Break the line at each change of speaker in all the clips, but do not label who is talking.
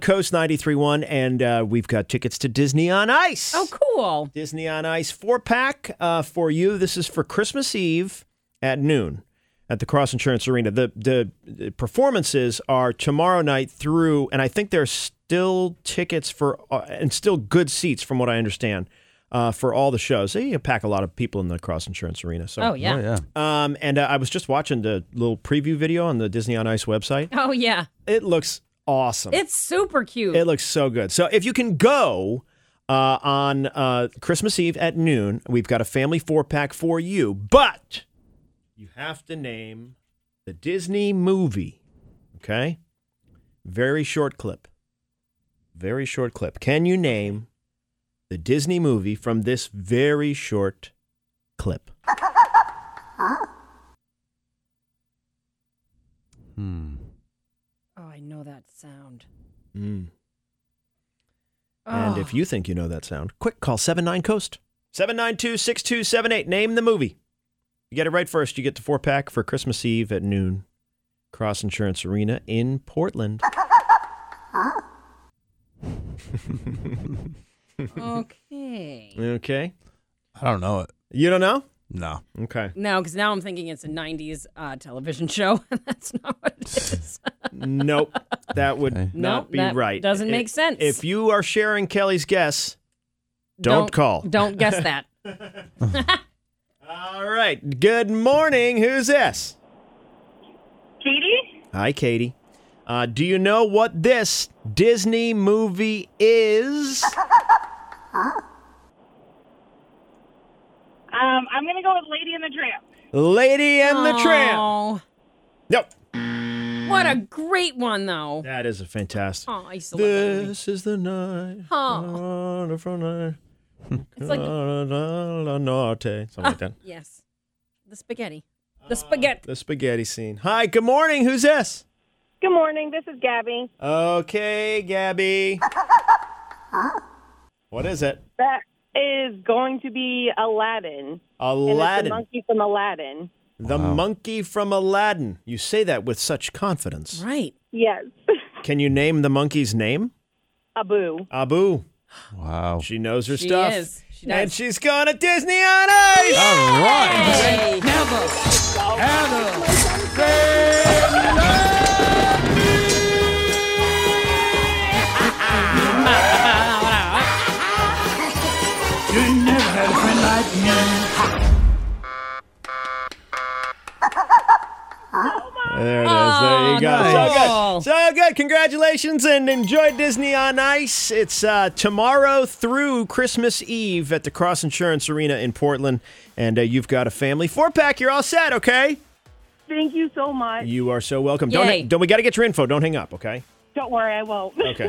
Coast 93.1, and uh, we've got tickets to Disney on Ice.
Oh, cool.
Disney on Ice four pack uh, for you. This is for Christmas Eve at noon at the Cross Insurance Arena. The, the the performances are tomorrow night through, and I think there's still tickets for uh, and still good seats from what I understand uh, for all the shows. They pack a lot of people in the Cross Insurance Arena. So.
Oh, yeah.
Oh, yeah.
Um, and uh, I was just watching the little preview video on the Disney on Ice website.
Oh, yeah.
It looks awesome.
It's super cute.
It looks so good. So if you can go uh, on uh, Christmas Eve at noon, we've got a family four pack for you, but you have to name the Disney movie. Okay? Very short clip. Very short clip. Can you name the Disney movie from this very short clip?
Hmm.
oh, I know that sound.
Mm.
Oh.
And if you think you know that sound, quick call 79 Coast. 792 6278. Name the movie. You get it right first. You get the four pack for Christmas Eve at noon. Cross Insurance Arena in Portland.
Oh, Okay.
Okay.
I don't know it.
You don't know?
No.
Okay.
No, because now I'm thinking it's a 90s uh, television show. That's not what it is.
Nope. That would
Okay.
not
Nope,
be
that
right.
doesn't
If-
make sense.
If you are sharing Kelly's guess, don't, call.
Don't guess that.
All right. Good morning. Who's this?
Katie?
Hi, Katie. Uh, do you know what this Disney movie is?
Um, I'm gonna go with Lady and the Tramp.
Lady and the Tramp.
Oh,
Nope.
what a great one, though.
That is a fantastic.
Oh, I used to love that movie.
This is the night.
Oh.
on the front line,
It's like,
la, la, la, norte. Something like that.
yes, the spaghetti.
Uh,
The spaghetti.
The spaghetti scene. Hi, good morning. Who's this?
Good morning, this is Gabby.
Okay, Gabby. what is it?
That is going to be Aladdin. And it's the
Aladdin.
monkey from Aladdin.
The monkey from Aladdin. You say that with such confidence.
Right.
Yes.
Can you name the monkey's name?
Abu.
Abu.
Wow.
She knows her
She
stuff.
is. She does.
and she's going to Disney on Ice.
All right.
Hey, Neville.
There it is. there you go.
Oh, nice.
So good. So good. Congratulations and enjoy Disney on Ice. It's uh, tomorrow through Christmas Eve at the Cross Insurance Arena in Portland. And uh, you've got a family four pack. You're all set, okay?
Thank you so much.
You are so welcome.
Yay.
Don't, don't we got to get your info. Don't hang up, okay?
Don't worry, I won't.
Okay.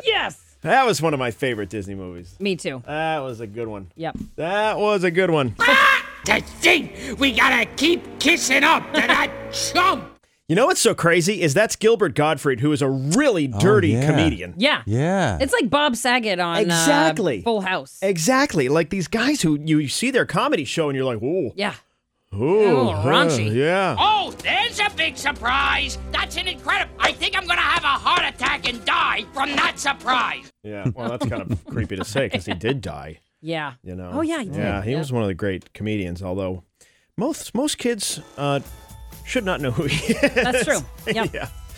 Yes.
that was one of my favorite Disney movies.
Me too.
That was a good one.
Yep.
That was a good one.
Ah, The thing we gotta keep kissing up to that chump.
You know what's so crazy is that's Gilbert Gottfried, who is a really dirty
yeah.
comedian.
Yeah.
Yeah.
It's like Bob Saget on uh,
Exactly.
Full House.
Exactly. Like these guys who you see their comedy show and you're like, whoa.
yeah.
Ooh,
Ooh, raunchy.
huh, yeah.
Oh, there's a big surprise. That's an incredible. I think I'm gonna have a heart attack and die from that surprise.
Yeah. Well, that's kind of creepy to say because he did die,
Yeah.
you know.
Oh, yeah, he did,
Yeah, he
yeah.
was one of the great comedians, although most most kids uh, should not know who he is.
That's true. Yep.
yeah.